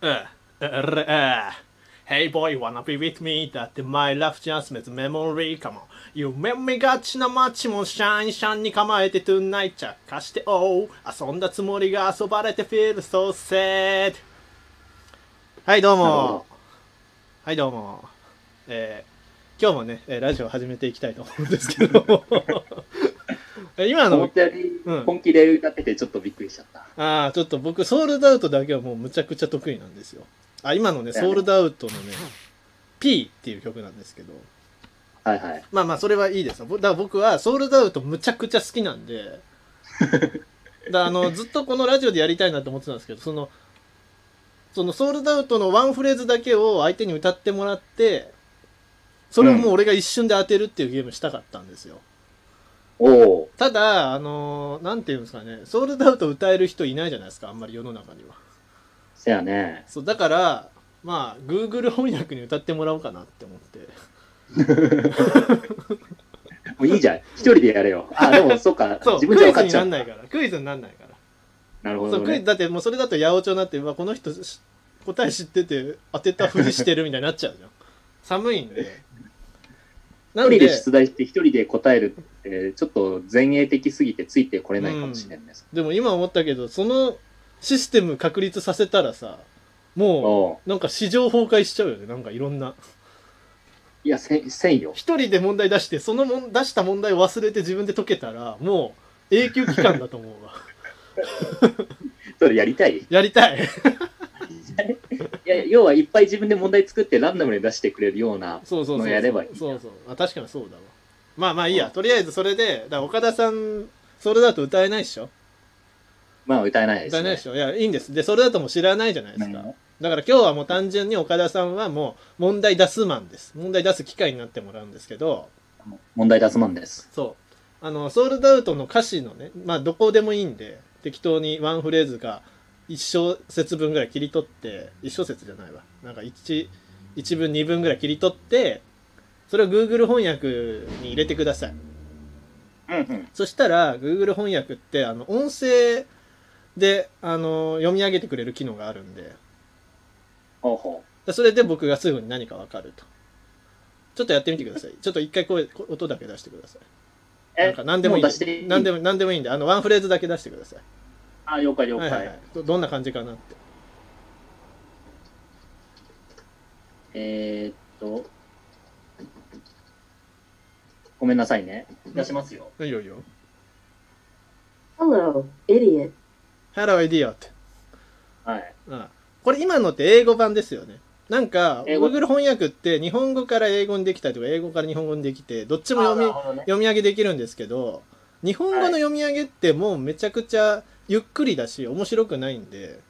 Uh, uh, uh. Hey boy, wanna be with me? だって my love just makes memory. Come on. 夢見がちな街もシャンシャンに構えて tonight 着火しておう。遊んだつもりが遊ばれて feel so sad. はい、どうなるほども。はい、どうも。えー、今日もね、えーラジオを始めていきたいと思うんですけど も。え今思っの、たよりうん本気で歌っててちょっとびっくりしちゃった。ああ、ちょっと僕、ソールドアウトだけはもうむちゃくちゃ得意なんですよ。あ、今のね、ソールドアウトのね、P っていう曲なんですけど。はいはい。まあまあ、それはいいですよ。ぼだから僕はソールドアウトむちゃくちゃ好きなんで。だからあの、ずっとこのラジオでやりたいなと思ってたんですけど、その、そのソールドアウトのワンフレーズだけを相手に歌ってもらって、それをもう俺が一瞬で当てるっていうゲームしたかったんですよ。おおただ、あのーなんていうんですかね、ソールドアウト歌える人いないじゃないですか、あんまり世の中には。せやね。そう、だから、まあ、Google 翻訳に歌ってもらおうかなって思って。もういい じゃん。一人でやれよ。あ、でもそうか。そう、自ク分じゃイズ分かっにちゃな。うんないから、クイズになんないから。なるほそど、うクイズね。だってもうそれだと八百長になってうわこの人し答え知ってて当てたふりしてるみたいになっちゃう じゃん寒いんでな一ん人でで出題して一人で答えるって、ちょっと前衛的すぎてついてこれないかもしれないです。でも今思ったけどそのシステム確立させたらさもおううなんか市場崩壊しちゃうよねなんかいろんないや、せせんよ。一人で問題出してそのもん出した問題を忘れて自分で解けたらもう永久期間だと思うわそれやりたいいやりたいや、要はいっぱい自分で問題作ってランダムに出してくれるような。そうそうそうもそううやればいいそうそうあ確かにそうだわまあまあいいや、うんとりあえずそれでだから岡田さんそれだと歌えないでしょまあ歌えないです、歌ね。えないでしょいやいいんですでそれだともう知らないじゃないですか、うんだから今日はもう単純に岡田さんはもう問題出すマンです問題出す機会になってもらうんですけど問題出すもんです。そうあのソールドアウトの歌詞のねまあどこでもいいんで適当にワンフレーズが1小節分ぐらい切り取って1小節じゃないわなんか 1, 1分2分ぐらい切り取ってそれを Google 翻訳に入れてくださいうんうん。そしたら Google 翻訳ってあの音声であの読み上げてくれる機能があるんでほうほう。でそれで僕がすぐに何かわかると。ちょっとやってみてください。ちょっと一回声、こ音だけ出してください。なんか何でもいいんう出していで。い何でも、何でもいいんで、あの、ワンフレーズだけ出してください。あ、了解了は解。いはいはい。どどんな感じかなって。えー、っと。ごめんなさいね。出しますよ。いいよいいよ。 Hello, idiot. Hello, idiot. はい。ああこれ今のって英語版ですよね。なんか、英語 Google 翻訳って日本語から英語にできたりとか、英語から日本語にできて、どっちもあ読みなる、ほどね。読み上げできるんですけど、日本語の読み上げってもうめちゃくちゃゆっくりだし、面白くないんで、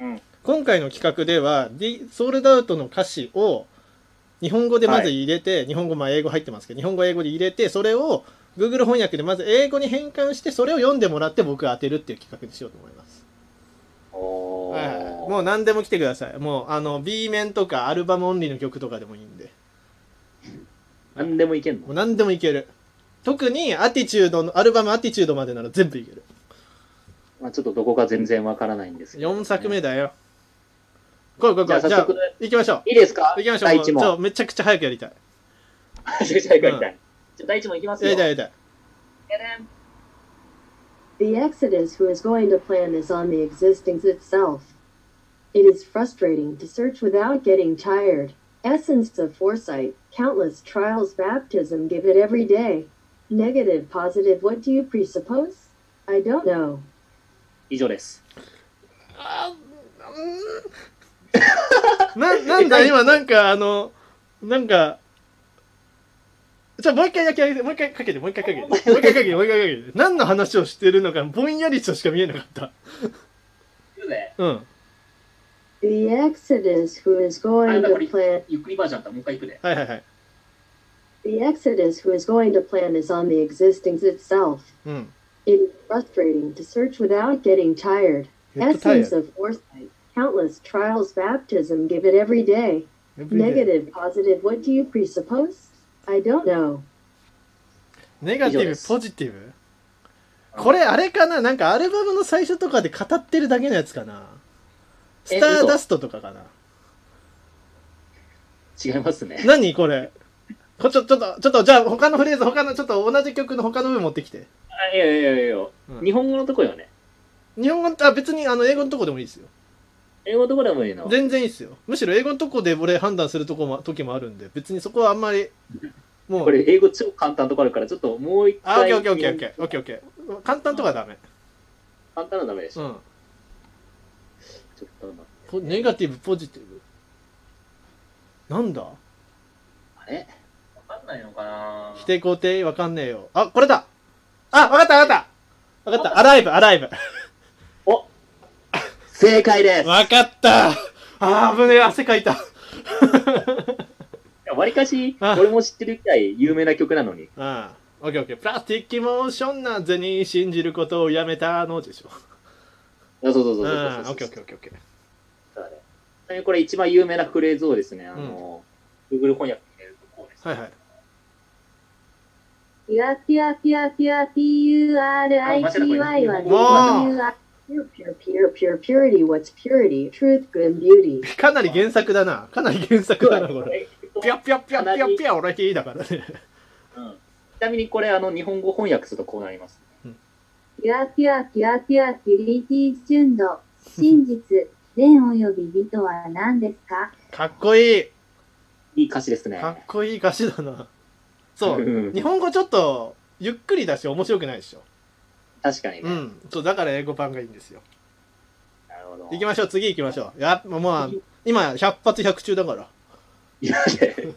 うん。今回の企画では、D、ソールドアウトの歌詞を日本語でまず入れて、日本語まあ英語入ってますけど、日本語英語で入れて、それを Google 翻訳でまず英語に変換して、それを読んでもらって僕が当てるっていう企画にしようと思います。おはいはいー。もう何でも来てください。もうあの B 面とかアルバムオンリーの曲とかでもいいんで、何でもいけんもうの何でもいける。特にアティチュードの、アルバムアティチュードまでなら全部いける。まあ、ちょっとどこか全然わからないんですけど、 4作目だよ。来い来い来い。じゃあじゃあ早速、行きましょう。いいですか行きましょう。第もうち一ょ 問。めちゃくちゃ早くやりたい。めちゃくちゃ早くやりたい。じゃあ第一問いきますやよ。りたいやりたい。 The Exodus who is going to plan this on the existence itself. It is frustrating to search without getting tired. Essence of foresight, countless trials, baptism, give it every day. Negative, positive, what do you presuppose? I don't know. 以上です。な、なんだ、今、なんか、あの、なんか、じゃあもう一回だけやりて、もう一回かけて、もう一回かけ て、もう一回かけて、もう一回かけて。何の話をしてるのか、ぼんやりとしか見えなかった。うん。 The Exodus who is going to plan ゆっくりバージョンだ。もう一回いくで。はいはいはい。 the Exodus who is going to plan is on the existence itself. うん。 It is frustrating to search without getting tired. ヘッドタイヤ Essence。of foresight, countless trials, baptism, give it every day. Negative, positive, what do you presuppose? I don't know. ネガテ以上ィでブ、すポジティブ。これ、あれかななんか、アルバムの最初とかで語ってるだけのやつかなスターダストとかかな。違いますね。何これ。こちょ、ちょっと、ちょっと、じゃあ他のフレーズ、他の、ちょっと同じ曲の他の部分持ってきて。あいやいやいやいや、うん日本語のとこよね。日本語の、あ、別にあの英語のとこでもいいですよ。英語のとこでもいいの。全然いいですよ。むしろ英語のとこで俺判断するとこも、時もあるんで、別にそこはあんまり、もこう、れ英語超簡単なとこあるから、ちょっともう一あ、オッ回。ケーオッケーオッケーオッケーオッケーオッケー。簡単とかはダメ。簡単なのダメでしうょ。ん。ちょっと待ってポネガティブ、ポジティブ。なんだあれわかんないのかな否定肯定わかんねえよ。あ、これだあ、わかったわかったわかった。アライブ、アライブ。お正解ですわかったあー、危ねえ、汗かいた。わりかし、あ俺も知ってるくらい有名な曲なのに。ああ、オッケーオッケー。プラスティックモーションなぜに信じることをやめたのでしょ。あそうそうそううん、そうオそうそッう。ケーオッケーオッケーオッケー。だからねちなみにこれ一番有名なフレーズをですね、あの、Google 翻訳に入れるとこうです。はいはい。ピュアピュアピュアピュア PURITY はわは Pure, pure, pure, pure, purity. What's purity? Truth, good, and beauty. かなり原作だな。かなり原作だな、これ。ぴょぴょぴょぴょぴょ、俺キーだからね。うんちなみにこれ、あの、日本語翻訳するとこうなります。ピュアピュアピュアピュアピュリティ純度。真実。善および美とは何ですかかっこいい。いい歌詞ですね。かっこいい歌詞だな。そうう。ん日本語ちょっと、ゆっくりだし、面白くないでしょ。確かにね。うん。そう、だから英語版がいいんですよ。なるほど。行きましょう、次行きましょう。やっぱ、まあ、今、100発100中だから。いやいや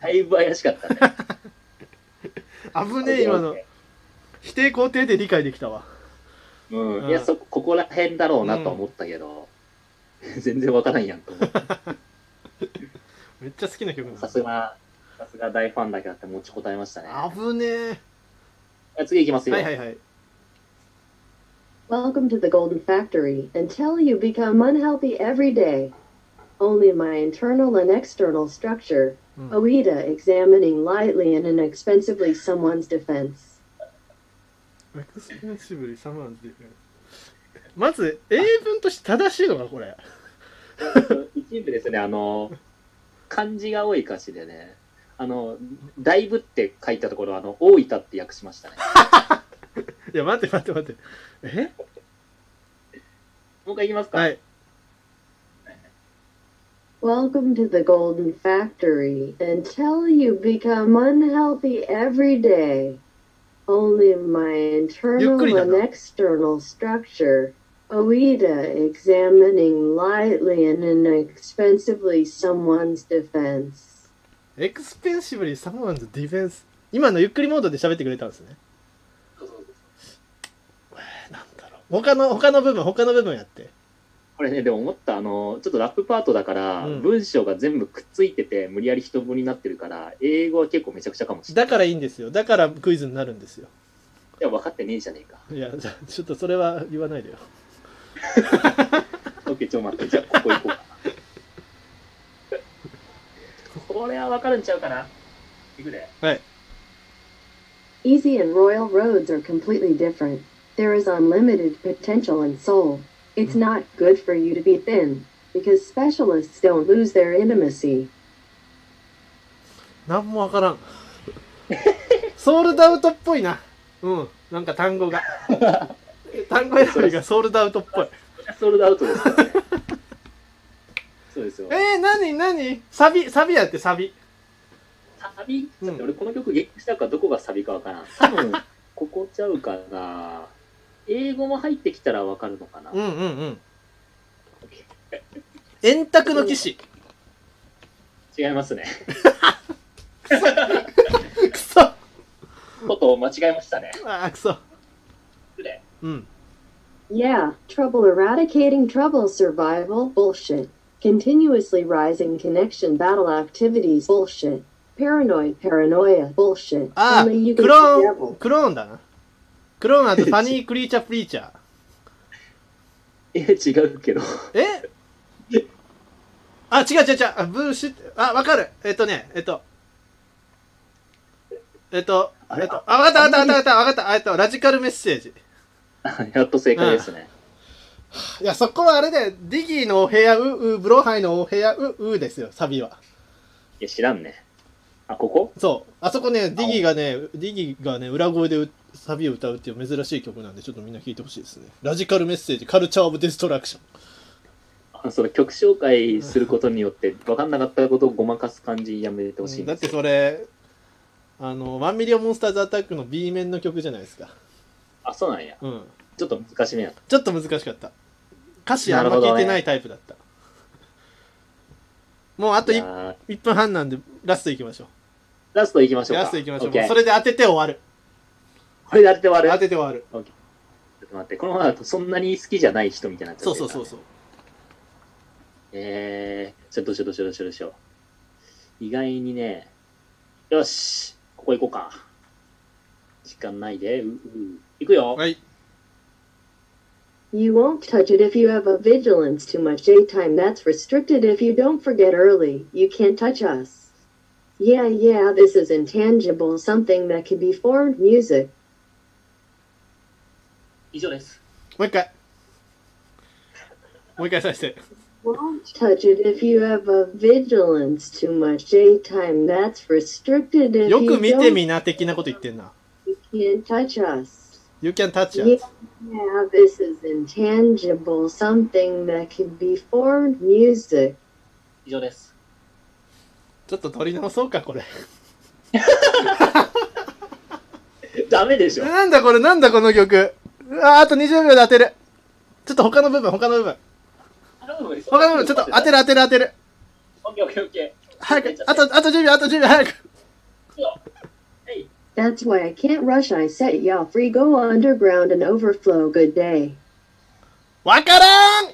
だいぶ怪しかったね。危ねえ、今の。否定肯定で理解できたわ。う。うんんいや、そこ、ここら辺だろうなと思ったけど、 全然わからんやんと思って。めっちゃ好きな曲なんさすが、さすが大ファンだけあって持ちこたえましたね。危ね次行きまえ。すよ。はいはいはい。 Welcome to the Golden Factory until you become unhealthy every day. Only my internal and external structure. うん Oida examining lightly and inexpensively someone's defense. エクスペンシブリサマーズディフェンスまず英文として正しいのかこれ一部ですね、あの、漢字が多い歌詞でね、あの、だいぶって書いたところ、あの、大分って訳しましたね。いや待って待って待ってえもう一回いきますか。はい、 Welcome to the Golden Factory until you become unhealthy every day. Only my internal ゆっくりだな。 and external structure. Oida examining lightly and inexpensively someone's defense. エクスペンシブリサマーズディフェンス今のゆっくりモードで喋ってくれたんですねそうそうそうえなんだろう他の他の部分他の部分やってこれね、でも思った、あの、ちょっとラップパートだから、うん文章が全部くっついてて、無理やり人文になってるから、英語は結構めちゃくちゃかもしれない。だからいいんですよだからクイズになるんですよいや、分かってねえじゃねえか。いやじゃあちょっとそれは言わないでよオッケー、ちょ、待って、じゃあ、ここ 行こうかな。これは分かるんちゃうかな。いくで。 Easy and Royal Roads are completely different. There is unlimited potential in soul. It's not good for you to be thin, because specialists don't lose their intimacy. なんもわからんソールドアウトっぽいなうんなんか単 語が単語選びがソールドアウトっぽいソールドアウ トですからね。そうですよ。えー、なになにサビ、サビやってサビ。サビうんだって俺この曲ゲットしたかどこがサビかわからん。多分、ここちゃうかな。英語も入ってきたらわかるのかな。うんうんうん。円卓の騎士。違いますね。くそあことを間違えましたね。ーくそ。失礼うん。 Yeah, trouble eradicating trouble survival bullshit. Continuously rising connection battle activities bullshit. Paranoid paranoia bullshit. ああ、 Only you ク can ロ see ーン、 devil. クローンだな。クローンあとファニークリーチャープリーチャー。え、違うけど。え あ、違う違う違う。あブーシュあ、わかる。えっとね、えっと。えっと、あえっれ と、あ、わかったわかったわかったわかったわかった。えっと、ラジカルメッセージ。やっと正解ですね。いや、そこはあれだよ。ディギーのお部屋、う、う、ブロハイのお部屋、う、うですよ、サビは。いや、知らんね。あ、ここそう。あそこね、ディギーがね、ディギーがね、裏声でうサビを歌うっていう珍しい曲なんで、ちょっとみんな聴いてほしいですね。ラジカルメッセージ、カルチャー・オブ・デストラクション。あその曲紹介することによって、分かんなかったことをごまかす感じやめてほしいんだでっすてよそれ、あの、ワンミリオン・モンスターズ・アタックの B 面の曲じゃないですか。あ、そうなんや。うん。ちょっと難しめやった。ちょっと難しかった。歌詞あんま聞いてないタイプだった。もうあといや 1, ー分半なんで、ラスト行きましょラスト行きましう。ょうか。ラスト行きましょう。オッケーそれで当てて終わる。これで当てて終当わる。てて終わる。ちょっと待って、このままだとそんなに好きじゃない人みたいになっちゃそうそうそうう。そう。えー、ちょっとどうしようどうしようどうしようどうしよう。意外にね、よし、ここ行こうか。時間ないで、う、う、行くよ。はい。 You won't touch it if you have a vigilance too much daytime that's restricted if you don't forget early. You can't touch us. Yeah, yeah, this is intangible, something that can be formed music. 以上です。もう一回。もう一回させて。 Won't touch it if you have a vigilance too much daytime that's restricted if よく you 見て don't, みな的なこと言ってんな。 you can't touch us. You can touch Yeah, us. yeah, this is intangible, something that can be formed music. 以上です。ちょっと取り直そうか、これ。ダメでしょ。なんだこれ、なんだこの曲。うわあと20秒で当てる。ちょっと他の部分、他の部分。他の部分、ちょっと当てる当てる当てる。オッケーオッケーオッケ早く、あと、あと10秒、あと10秒、早く。 That's why I can't rush. I set y'all free. Go underground and overflow. Good day. わからん